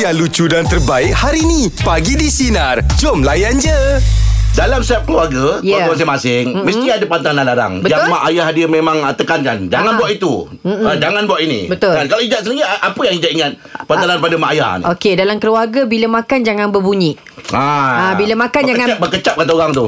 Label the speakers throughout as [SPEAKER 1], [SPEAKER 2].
[SPEAKER 1] yang lucu dan terbaik hari ni. Pagi di Sinar. Jom layan je.
[SPEAKER 2] Dalam setiap keluarga,
[SPEAKER 3] Ya.
[SPEAKER 2] yeah. keluarga masing-masing, mm-hmm. mesti ada pantangan larang.
[SPEAKER 3] Betul.
[SPEAKER 2] Yang mak ayah dia memang ah, tekankan, jangan
[SPEAKER 3] Ah.
[SPEAKER 2] buat itu. Ah, jangan buat ini.
[SPEAKER 3] Betul. Ah.
[SPEAKER 2] Kan, kalau Ijaz sendiri, ah, apa yang Ijaz ingat pantangan pada mak ayah ni?
[SPEAKER 3] Okey, dalam keluarga bila makan jangan berbunyi. Ah, bila makan
[SPEAKER 2] berkecap,
[SPEAKER 3] jangan-
[SPEAKER 2] Berkecap kata orang tu.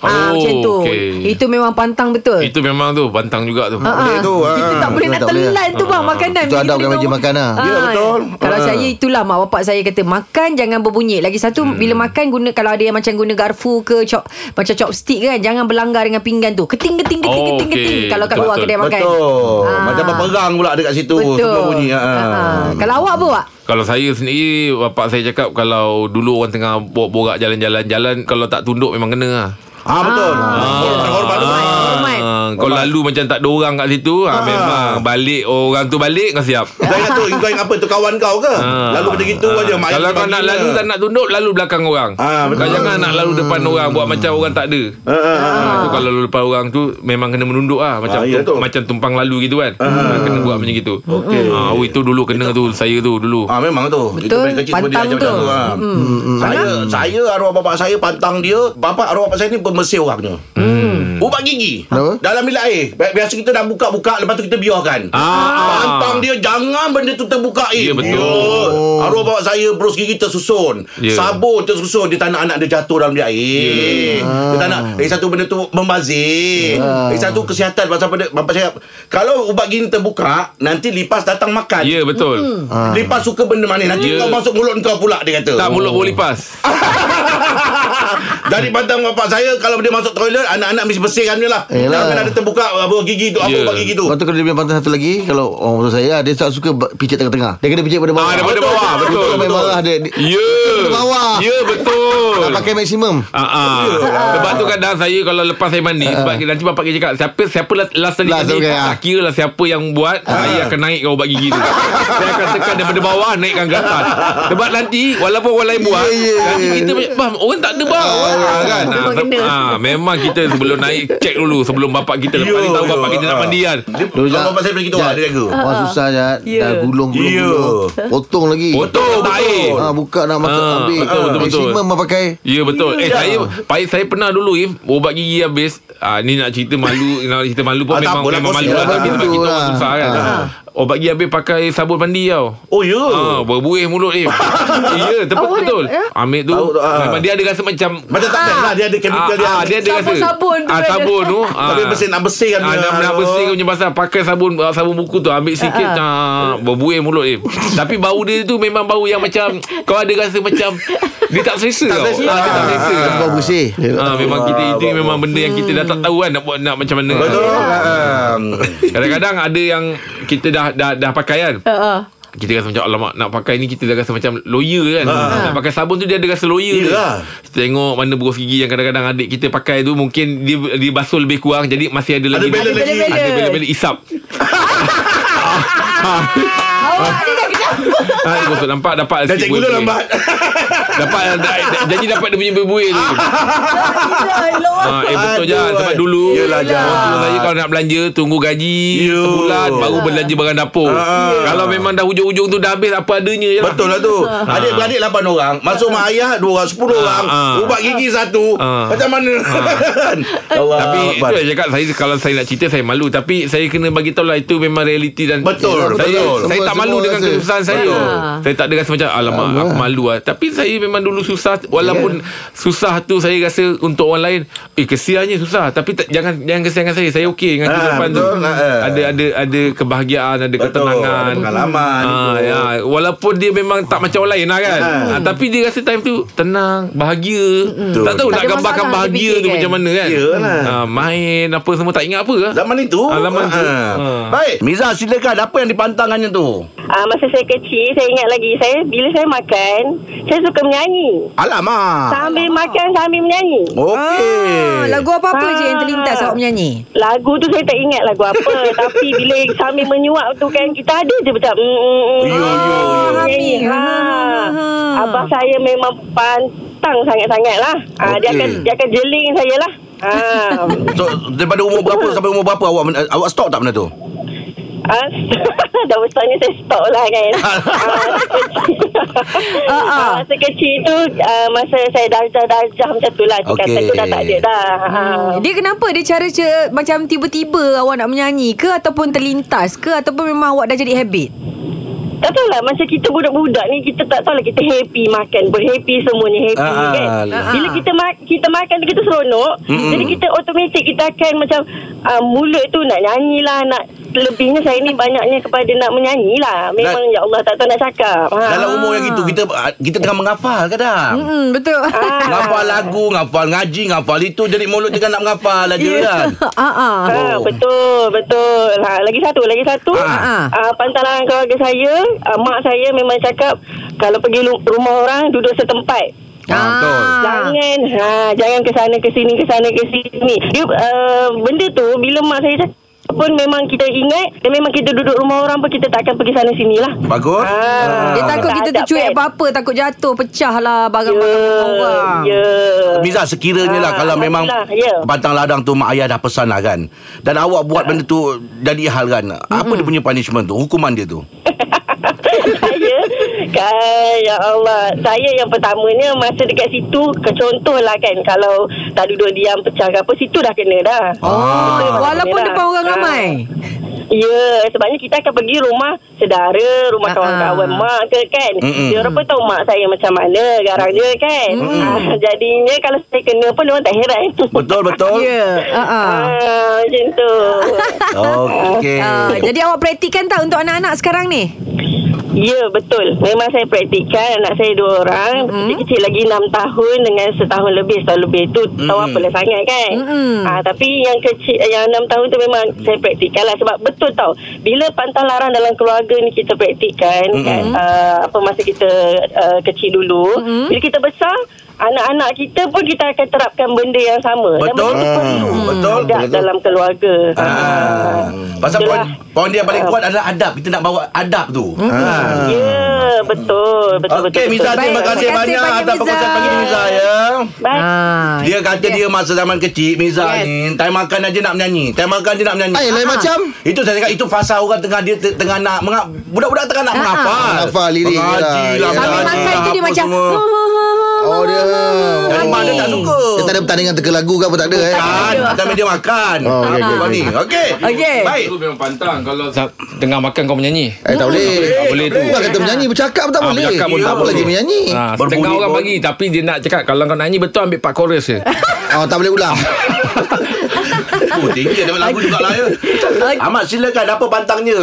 [SPEAKER 3] ah macam tu.
[SPEAKER 4] Oh, okey.
[SPEAKER 3] Itu memang pantang betul.
[SPEAKER 4] Itu memang tu Bantang juga tu
[SPEAKER 3] Ah,
[SPEAKER 5] boleh
[SPEAKER 3] ah.
[SPEAKER 5] tu, ah.
[SPEAKER 3] Kita tak boleh
[SPEAKER 5] Betul,
[SPEAKER 3] nak
[SPEAKER 5] tak boleh. Ah,
[SPEAKER 3] telan tu bang makanan.
[SPEAKER 5] Itu adab dalam meja makan, ah.
[SPEAKER 2] Ya, betul.
[SPEAKER 3] Kalau
[SPEAKER 2] Ah.
[SPEAKER 3] saya itulah mak bapak saya kata makan jangan berbunyi. Lagi satu
[SPEAKER 4] Hmm.
[SPEAKER 3] bila makan guna kalau ada yang macam guna garfu ke chop macam chopstick kan jangan berlanggar dengan pinggan tu. Keting keting keting
[SPEAKER 4] Oh,
[SPEAKER 3] keting keting
[SPEAKER 4] okey.
[SPEAKER 3] kalau kat
[SPEAKER 4] Betul,
[SPEAKER 3] luar
[SPEAKER 4] betul.
[SPEAKER 3] kedai makan.
[SPEAKER 2] Betul.
[SPEAKER 3] Ah.
[SPEAKER 2] Macam berperang pula dekat situ. Semua
[SPEAKER 3] Betul.
[SPEAKER 2] bunyi. ah.
[SPEAKER 3] Ah. Kalau awak apa awak?
[SPEAKER 4] Kalau saya sendiri Bapak saya cakap Kalau dulu orang tengah Borak-borak jalan-jalan Jalan Kalau tak tunduk memang kena lah
[SPEAKER 2] Ah, betul. Hormat-hormat tu.
[SPEAKER 3] Hormat, hormat. Ha,
[SPEAKER 4] Ah, Kau lalu macam tak ada orang kat situ ah, Memang Balik Orang tu balik Kau siap
[SPEAKER 3] Ya.
[SPEAKER 2] Kau ingat tu, kau ingat apa tu kawan kau ke?
[SPEAKER 4] Ah.
[SPEAKER 2] Lalu macam gitu
[SPEAKER 4] Ah.
[SPEAKER 2] aja. mak ayah
[SPEAKER 4] Kalau kau
[SPEAKER 2] panggil
[SPEAKER 4] nak
[SPEAKER 2] dia.
[SPEAKER 4] lalu Tak nak tunduk Lalu belakang orang
[SPEAKER 2] lah. Ah, betul.
[SPEAKER 4] Kau jangan nak lalu depan orang Buat macam orang tak ada
[SPEAKER 2] Ah, ah, ah.
[SPEAKER 4] Ah. Tu kalau lalu depan orang tu Memang kena menunduk lah Macam,
[SPEAKER 2] Ah, ya, tu.
[SPEAKER 4] tu, macam tumpang lalu gitu kan ah. Kena buat macam gitu
[SPEAKER 2] Okey.
[SPEAKER 4] ah, oh, Itu dulu kena tu Saya tu dulu
[SPEAKER 2] Ah memang tu. Itu
[SPEAKER 3] Betul.
[SPEAKER 2] paling kecil semua dia
[SPEAKER 3] Pantang
[SPEAKER 2] ajar macam tu.
[SPEAKER 3] tu.
[SPEAKER 2] ah. Saya saya arwah bapak saya pantang dia, bapak arwah bapak saya ni pembersih orangnya. Hmm. Ubat gigi.
[SPEAKER 5] Kenapa?
[SPEAKER 2] Dalam bilik air. Bi- Biasa kita dah buka-buka lepas tu kita biarkan.
[SPEAKER 4] Ah.
[SPEAKER 2] Pantang dia jangan benda tu terbuka air.
[SPEAKER 4] Ya, betul.
[SPEAKER 2] Oh. Arwah bapak saya berus gigi tersusun.
[SPEAKER 4] Ya.
[SPEAKER 2] Sabun tersusun. Dia tak nak anak dia jatuh dalam bilik air. Dia tak nak lagi satu benda tu membazir. Lagi satu kesihatan pasal pada bapak saya kalau ubat gigi ni terbuka nanti lipas datang makan.
[SPEAKER 4] Ya betul
[SPEAKER 5] Hmm.
[SPEAKER 2] Ah. Lipas suka benda manis Nanti
[SPEAKER 4] Ya.
[SPEAKER 2] kau masuk mulut kau pula Dia kata
[SPEAKER 4] Tak mulut boleh pas
[SPEAKER 5] Ah,
[SPEAKER 2] Dari pantang bapak saya Kalau dia masuk toilet Anak-anak mesti bersihkan dia lah
[SPEAKER 5] Yelah.
[SPEAKER 2] Jangan ada terbuka apa, Gigi tu Apa
[SPEAKER 4] Ya.
[SPEAKER 2] ubat gigi tu
[SPEAKER 5] Lepas tu kalau lah. dia punya pantang satu lagi Kalau orang motor saya Dia tak suka b- pijit tengah-tengah Dia kena pijit pada bawah
[SPEAKER 4] Ah, daripada
[SPEAKER 2] Betul,
[SPEAKER 4] bawah
[SPEAKER 2] betul,
[SPEAKER 5] Betul
[SPEAKER 4] Betul
[SPEAKER 5] Sampai
[SPEAKER 2] betul.
[SPEAKER 5] marah dia Dia-
[SPEAKER 4] Ya
[SPEAKER 5] Daripada bawah
[SPEAKER 4] Ya betul
[SPEAKER 5] Tak pakai Ya, lah. maksimum
[SPEAKER 4] Ah, ah. Sebab tu kadang saya kalau lepas saya mandi sebab nanti bapak kita cakap siapa siapa last, last tadi
[SPEAKER 5] Ah. Last,
[SPEAKER 4] last, tadi
[SPEAKER 5] okey, ah.
[SPEAKER 4] tak kira lah siapa yang buat saya akan naik kau ubat gigi tu. saya akan tekan daripada bawah naikkan ke atas. Sebab nanti walaupun orang lain buat
[SPEAKER 5] Ya, ya.
[SPEAKER 4] nanti kita macam, bang orang tak ada bang. Ah, kan.
[SPEAKER 3] Memang
[SPEAKER 4] Ah, se-
[SPEAKER 3] kena.
[SPEAKER 4] ah, memang kita sebelum naik check dulu sebelum bapak kita lepas
[SPEAKER 2] Ya,
[SPEAKER 4] ni tahu
[SPEAKER 2] ya.
[SPEAKER 4] bapak kita nak
[SPEAKER 2] Ah.
[SPEAKER 4] mandi kan.
[SPEAKER 5] Dulu
[SPEAKER 2] Kalau
[SPEAKER 5] Jad,
[SPEAKER 2] bapak saya pergi tu
[SPEAKER 5] Jad,
[SPEAKER 2] Dia jaga
[SPEAKER 5] Wah susah Jad
[SPEAKER 3] Ya.
[SPEAKER 5] Dah gulung gulung,
[SPEAKER 2] Ya.
[SPEAKER 5] gulung Potong lagi
[SPEAKER 4] Potong tak air.
[SPEAKER 5] Ah, buka nak masuk
[SPEAKER 4] Ah,
[SPEAKER 5] habis.
[SPEAKER 4] betul, betul, betul.
[SPEAKER 5] Maksimum mah pakai.
[SPEAKER 4] Ya betul. Eh
[SPEAKER 2] Ya.
[SPEAKER 4] saya pakai saya pernah dulu If ubat gigi habis. Ah ni nak cerita malu, nak cerita malu
[SPEAKER 2] Ah,
[SPEAKER 4] pun
[SPEAKER 2] tak
[SPEAKER 4] memang
[SPEAKER 2] apalah,
[SPEAKER 4] memang
[SPEAKER 2] kau
[SPEAKER 4] malu
[SPEAKER 2] siap
[SPEAKER 4] lah
[SPEAKER 5] lah
[SPEAKER 4] tapi sebab
[SPEAKER 5] tu
[SPEAKER 4] kita
[SPEAKER 5] lah.
[SPEAKER 4] orang susah kan.
[SPEAKER 5] Ha.
[SPEAKER 4] Ubat gigi habis pakai sabun mandi tau.
[SPEAKER 2] Ah. Oh ya
[SPEAKER 4] Ha, berbuih mulut If. ya, tepat
[SPEAKER 3] Awak
[SPEAKER 4] betul.
[SPEAKER 3] ni- ya?
[SPEAKER 4] Ambil tu
[SPEAKER 2] Tahu tu, ah.
[SPEAKER 4] memang dia ada rasa macam
[SPEAKER 2] Macam tak best lah Dia ada
[SPEAKER 4] Ah,
[SPEAKER 2] chemical dia
[SPEAKER 4] ah, dia ada rasa
[SPEAKER 3] Sabun-sabun tu
[SPEAKER 4] ah,
[SPEAKER 3] kan.
[SPEAKER 4] sabun tu ah.
[SPEAKER 2] Tapi bersih nak bersihkan
[SPEAKER 4] Ah,
[SPEAKER 2] dia.
[SPEAKER 4] nak, nak
[SPEAKER 2] Aduh.
[SPEAKER 4] bersih punya pasal Pakai sabun ah, Sabun buku tu Ambil sikit ah, Berbuih mulut dia Tapi bau dia tu Memang bau yang macam Kau ada rasa macam Dia tak selesa tak
[SPEAKER 2] selesa.
[SPEAKER 4] ah, Dia tak selesa
[SPEAKER 5] Ah, Bau bersih.
[SPEAKER 4] Ah, memang kita itu
[SPEAKER 2] Wah,
[SPEAKER 4] memang benda yang kita dah tak tahu kan nak buat nak macam mana.
[SPEAKER 2] lah, Betul Ah.
[SPEAKER 4] Kadang-kadang ada yang kita dah dah dah pakai kan.
[SPEAKER 3] Ha ah.
[SPEAKER 4] Kita rasa macam Alamak nak pakai ni Kita dah rasa macam lawyer kan
[SPEAKER 2] Ha.
[SPEAKER 4] Nak pakai sabun tu Dia ada rasa lawyer
[SPEAKER 2] Yelah.
[SPEAKER 4] dia. Kita tengok mana berus gigi Yang kadang-kadang adik kita pakai tu Mungkin dia, dia basuh lebih kurang Jadi masih ada
[SPEAKER 2] Ada
[SPEAKER 4] lagi
[SPEAKER 2] balance lagi
[SPEAKER 3] balance.
[SPEAKER 4] Ada bela-bela isap
[SPEAKER 3] Awak ni dah kenapa?
[SPEAKER 4] ha, Dia basuh nampak Dapat
[SPEAKER 2] Dan
[SPEAKER 4] sikit
[SPEAKER 2] cikgu lu
[SPEAKER 4] buih-buih.
[SPEAKER 2] lambat
[SPEAKER 4] Dapat da- da- Jadi dapat dia punya buih-buih
[SPEAKER 2] Ah.
[SPEAKER 4] tu Ah. Ha, eh betul je
[SPEAKER 2] Aduh,
[SPEAKER 4] Sebab
[SPEAKER 2] eh.
[SPEAKER 4] dulu
[SPEAKER 2] Yelah, Jan.
[SPEAKER 4] Orang tua saya kalau nak belanja Tunggu gaji
[SPEAKER 2] Yo.
[SPEAKER 4] Sebulan Baru belanja barang dapur
[SPEAKER 2] Ah.
[SPEAKER 4] Kalau memang dah hujung-hujung tu Dah habis apa adanya je lah
[SPEAKER 2] Betul lah tu Adik-beradik 8 orang Masuk mak ayah 2 orang 10 orang
[SPEAKER 4] ah.
[SPEAKER 2] Ubat gigi 1
[SPEAKER 4] Ah.
[SPEAKER 2] Macam mana Ya Allah
[SPEAKER 4] Tapi
[SPEAKER 2] Akbar.
[SPEAKER 4] itu yang cakap saya kalau saya nak cerita saya malu tapi saya kena bagi tahu lah itu memang realiti dan
[SPEAKER 2] Betul,
[SPEAKER 4] saya
[SPEAKER 2] betul.
[SPEAKER 4] saya
[SPEAKER 5] Semua-
[SPEAKER 4] tak malu
[SPEAKER 5] semua
[SPEAKER 4] dengan
[SPEAKER 5] rasa.
[SPEAKER 4] kesusahan saya.
[SPEAKER 3] Ah.
[SPEAKER 4] Saya tak ada rasa macam alamak aku malu lah. Tapi saya memang dulu susah walaupun
[SPEAKER 5] Ya.
[SPEAKER 4] susah tu saya rasa untuk orang lain eh kesiannya susah tapi tak, jangan jangan kesiankan saya. Saya okey dengan
[SPEAKER 2] Ah,
[SPEAKER 4] kehidupan tu.
[SPEAKER 2] betul, ah, ah.
[SPEAKER 4] Ada ada ada kebahagiaan, ada
[SPEAKER 2] Betul,
[SPEAKER 4] ketenangan.
[SPEAKER 2] ada pengalaman.
[SPEAKER 4] Ah, ya, walaupun dia memang tak macam orang lain lah kan.
[SPEAKER 2] Ah.
[SPEAKER 4] Ah, tapi dia rasa time tu tenang, bahagia. Tak tahu
[SPEAKER 3] Tak
[SPEAKER 4] nak
[SPEAKER 3] ada
[SPEAKER 4] gambarkan
[SPEAKER 3] masalah
[SPEAKER 4] bahagia tu
[SPEAKER 3] dipikirkan.
[SPEAKER 4] macam mana kan.
[SPEAKER 2] Yalah.
[SPEAKER 4] Ah, main apa semua tak ingat apa ke?
[SPEAKER 2] Zaman itu
[SPEAKER 4] Ah, zaman tu.
[SPEAKER 2] Ah.
[SPEAKER 4] Ah.
[SPEAKER 2] Baik Miza silakan Apa yang dipantangannya tu
[SPEAKER 6] Ah masa saya kecil saya ingat lagi saya bila saya makan saya suka menyanyi.
[SPEAKER 2] Alamak
[SPEAKER 6] Sambil makan sambil menyanyi.
[SPEAKER 2] Okey
[SPEAKER 3] Ah, lagu apa-apa je yang
[SPEAKER 6] Ah.
[SPEAKER 3] terlintas awak menyanyi?
[SPEAKER 6] Lagu tu saya tak ingat lagu apa tapi bila sambil menyuap tu kan kita ada je macam mm, mm, mm,
[SPEAKER 2] Yo, yo,
[SPEAKER 3] yo.
[SPEAKER 6] menyanyi.
[SPEAKER 3] Fahami.
[SPEAKER 6] Ha.
[SPEAKER 3] Ha.
[SPEAKER 6] Abah saya memang pantang sangat-sangat lah. Ah dia akan dia akan jeling saya lah. Ah.
[SPEAKER 2] So daripada umur berapa sampai umur berapa awak men- awak stop tak benda tu?
[SPEAKER 6] ah dah besar ni saya stop lah kan. ah,
[SPEAKER 3] Ah, ah.
[SPEAKER 6] Ah, masa kecil tu ah, masa saya dah dah dah dah macam tu lah tingkatan
[SPEAKER 2] Okey.
[SPEAKER 6] tu dah tak ada dah. Ah.
[SPEAKER 3] Hmm. Dia kenapa? Dia cara ce, macam tiba-tiba awak nak menyanyi ke ataupun terlintas ke ataupun memang awak dah jadi habit?
[SPEAKER 6] Tak tahulah Macam kita budak-budak ni Kita tak tahulah Kita happy makan Berhappy semuanya happy
[SPEAKER 2] Ah, Hmm.
[SPEAKER 6] kan
[SPEAKER 2] alah.
[SPEAKER 6] Bila kita ma- kita makan tu Kita seronok
[SPEAKER 2] Mm-mm.
[SPEAKER 6] Jadi kita automatik Kita akan macam uh, Mulut tu nak nyanyi lah Nak Lebihnya saya ni Banyaknya kepada nak menyanyi lah Memang
[SPEAKER 2] Dan-
[SPEAKER 6] ya Allah Tak tahu nak cakap ha.
[SPEAKER 2] Dalam umur yang itu Kita ah, kita tengah menghafal kadang
[SPEAKER 3] Hmm, betul.
[SPEAKER 6] Ah,
[SPEAKER 2] Ngafal lagu Ngafal ngaji Ngafal itu Jadi mulut tengah nak menghafal Laju
[SPEAKER 6] Ya.
[SPEAKER 2] kan
[SPEAKER 3] Ah ah.
[SPEAKER 6] Ha,
[SPEAKER 2] Oh.
[SPEAKER 6] betul, betul. Ha, lagi satu, lagi satu.
[SPEAKER 2] Ah.
[SPEAKER 3] Ah.
[SPEAKER 6] Ah. pantangan keluarga saya, ah, mak saya memang cakap kalau pergi lu- rumah orang duduk setempat.
[SPEAKER 3] Ah.
[SPEAKER 6] Jangan ha jangan ke sana ke sini ke sana ke sini. Dia uh, benda tu bila mak saya cakap pun memang kita ingat dan memang kita duduk rumah orang pun kita takkan pergi sana sinilah.
[SPEAKER 2] Bagus
[SPEAKER 6] Ah.
[SPEAKER 3] Dia takut kita tercuik apa-apa Takut jatuh Pecah lah Barang-barang rumah orang
[SPEAKER 6] Ya.
[SPEAKER 2] Miza sekiranya lah
[SPEAKER 6] Ah,
[SPEAKER 2] Kalau memang
[SPEAKER 6] alhamdulillah, ya.
[SPEAKER 2] Pantang ladang tu Mak ayah dah pesan lah kan Dan awak buat benda tu Jadi hal kan Apa dia punya punishment tu Hukuman dia tu
[SPEAKER 6] saya kan, Ya Allah Saya yang pertamanya Masa dekat situ ke- Contohlah kan Kalau tak duduk diam Pecah ke apa Situ dah kena dah
[SPEAKER 2] Ah.
[SPEAKER 6] Betul, dah
[SPEAKER 3] Ah, Walaupun
[SPEAKER 6] kena dah.
[SPEAKER 3] depan orang
[SPEAKER 6] Ah.
[SPEAKER 3] ramai
[SPEAKER 6] Ya, sebabnya kita akan pergi rumah saudara,
[SPEAKER 3] Ah,
[SPEAKER 6] rumah
[SPEAKER 3] ah.
[SPEAKER 6] kawan-kawan mak ke kan.
[SPEAKER 2] Mm-mm.
[SPEAKER 6] Dia orang pun tahu mak saya macam mana, garang dia kan. Ah, jadinya kalau saya kena pun dia orang tak heran.
[SPEAKER 2] Betul betul
[SPEAKER 3] Ya Ah, ah.
[SPEAKER 6] Ah, macam tu.
[SPEAKER 2] Okey
[SPEAKER 3] Ah, Jadi awak praktikkan tak Untuk anak-anak sekarang ni
[SPEAKER 6] ya, betul. Memang saya praktikkan anak saya dua orang,
[SPEAKER 2] Mm-hmm.
[SPEAKER 6] kecil-kecil lagi 6 tahun dengan setahun lebih, setahun lebih tu tahu
[SPEAKER 2] Mm-mm.
[SPEAKER 6] apalah sangat kan.
[SPEAKER 2] Mm-hmm.
[SPEAKER 3] Mm-mm.
[SPEAKER 6] Ah, tapi yang kecil yang 6 tahun tu memang saya praktikkan lah sebab betul tau. Bila pantang larang dalam keluarga ni kita praktikkan mm-hmm. kan uh, apa masa kita uh, kecil dulu. Mm-hmm. Bila kita besar anak-anak kita pun kita akan terapkan benda yang sama. Dan
[SPEAKER 2] Betul.
[SPEAKER 6] benda tu perlu
[SPEAKER 2] Hmm. Betul.
[SPEAKER 6] Ada
[SPEAKER 2] Betul.
[SPEAKER 6] dalam keluarga.
[SPEAKER 2] Ah. Pasal poin,
[SPEAKER 6] Itulah.
[SPEAKER 2] poin dia yang paling kuat adalah adab. Kita nak bawa adab tu.
[SPEAKER 3] Hmm.
[SPEAKER 2] Ah.
[SPEAKER 6] Ya, betul, betul betul.
[SPEAKER 2] Okey, Miza
[SPEAKER 6] betul.
[SPEAKER 3] Baik,
[SPEAKER 2] terima kasih
[SPEAKER 3] terima kasih
[SPEAKER 2] banyak
[SPEAKER 3] banyak,
[SPEAKER 2] atas
[SPEAKER 3] Miza.
[SPEAKER 2] perkongsian pagi ni Miza ya.
[SPEAKER 6] Baik.
[SPEAKER 3] ah.
[SPEAKER 2] Dia kata dia masa zaman kecil Miza
[SPEAKER 3] Yes.
[SPEAKER 2] ni time makan aja nak menyanyi. Time makan je nak menyanyi.
[SPEAKER 5] Ay, Ah, lain macam.
[SPEAKER 2] Itu saya cakap itu fasa orang tengah dia te- tengah nak mengap, budak-budak tengah nak
[SPEAKER 3] Ah, ah.
[SPEAKER 2] menghafal.
[SPEAKER 5] Menghafal lirik
[SPEAKER 2] Mengaji
[SPEAKER 5] lah.
[SPEAKER 2] lah.
[SPEAKER 5] Ya,
[SPEAKER 3] Sambil
[SPEAKER 5] ada
[SPEAKER 2] mengaji lah,
[SPEAKER 3] makan tu dia
[SPEAKER 2] apa
[SPEAKER 3] macam "Ha,
[SPEAKER 2] semua.
[SPEAKER 3] Ah,
[SPEAKER 5] Oh dia
[SPEAKER 2] Dan mak dia tak suka.
[SPEAKER 5] Dia tak ada pertandingan teka lagu ke apa tak ada eh
[SPEAKER 2] Kan, tapi dia makan.
[SPEAKER 5] Oh, okey,
[SPEAKER 2] Apa
[SPEAKER 5] okey,
[SPEAKER 2] ni? Okey.
[SPEAKER 3] Okey.
[SPEAKER 2] Baik.
[SPEAKER 4] Itu memang pantang Kalau sa- tengah makan kau menyanyi
[SPEAKER 5] Eh tak boleh
[SPEAKER 4] Tak boleh tu
[SPEAKER 5] Bukan kata menyanyi Bercakap pun tak
[SPEAKER 4] Ah,
[SPEAKER 5] boleh
[SPEAKER 4] bercakap pun tak
[SPEAKER 5] Apa lagi
[SPEAKER 4] boleh.
[SPEAKER 5] menyanyi
[SPEAKER 4] Ha,
[SPEAKER 2] Berbunyi
[SPEAKER 4] setengah orang
[SPEAKER 2] pun.
[SPEAKER 4] bagi Tapi dia nak cakap Kalau kau nyanyi betul Ambil part chorus je
[SPEAKER 5] Oh tak boleh ulang
[SPEAKER 2] Oh, tinggi dapat lagu juga lah ya. Ahmad silakan apa pantangnya?